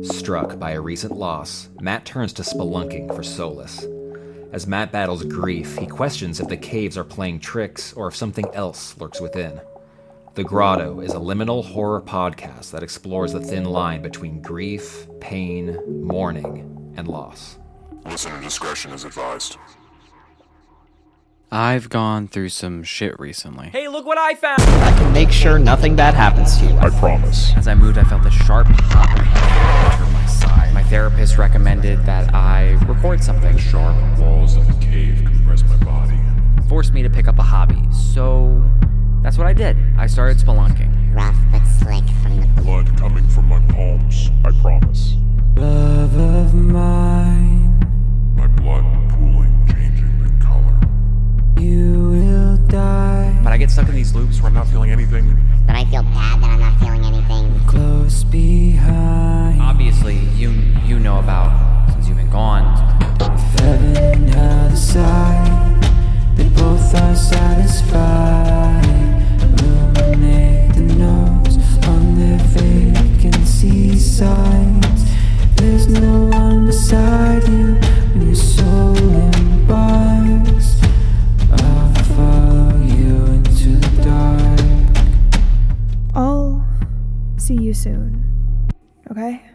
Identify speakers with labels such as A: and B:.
A: Struck by a recent loss, Matt turns to spelunking for solace. As Matt battles grief, he questions if the caves are playing tricks or if something else lurks within. The Grotto is a liminal horror podcast that explores the thin line between grief, pain, mourning, and loss.
B: Listener discretion is advised.
C: I've gone through some shit recently.
D: Hey, look what I found!
E: I can make sure nothing bad happens to you.
B: I promise.
D: As I moved, I felt a sharp pop enter my side. My therapist recommended that I record something.
B: Sharp walls of the cave compress my body.
D: Forced me to pick up a hobby. So that's what I did. I started spelunking.
F: rough but slick from the
B: Blood coming from my palms. I promise.
C: Love of mine,
B: My blood pooling, changing the color.
C: you will die.
D: But I get stuck in these loops where I'm not feeling anything.
F: Then I feel bad that I'm not feeling anything.
C: Close behind.
D: Obviously, you you know about since you've been gone.
C: Heaven other side. They both are satisfied. Illuminate the nose on their vacancy signs. There's no one beside you when your soul imbibes. I'll follow you into the dark.
G: I'll see you soon. Okay?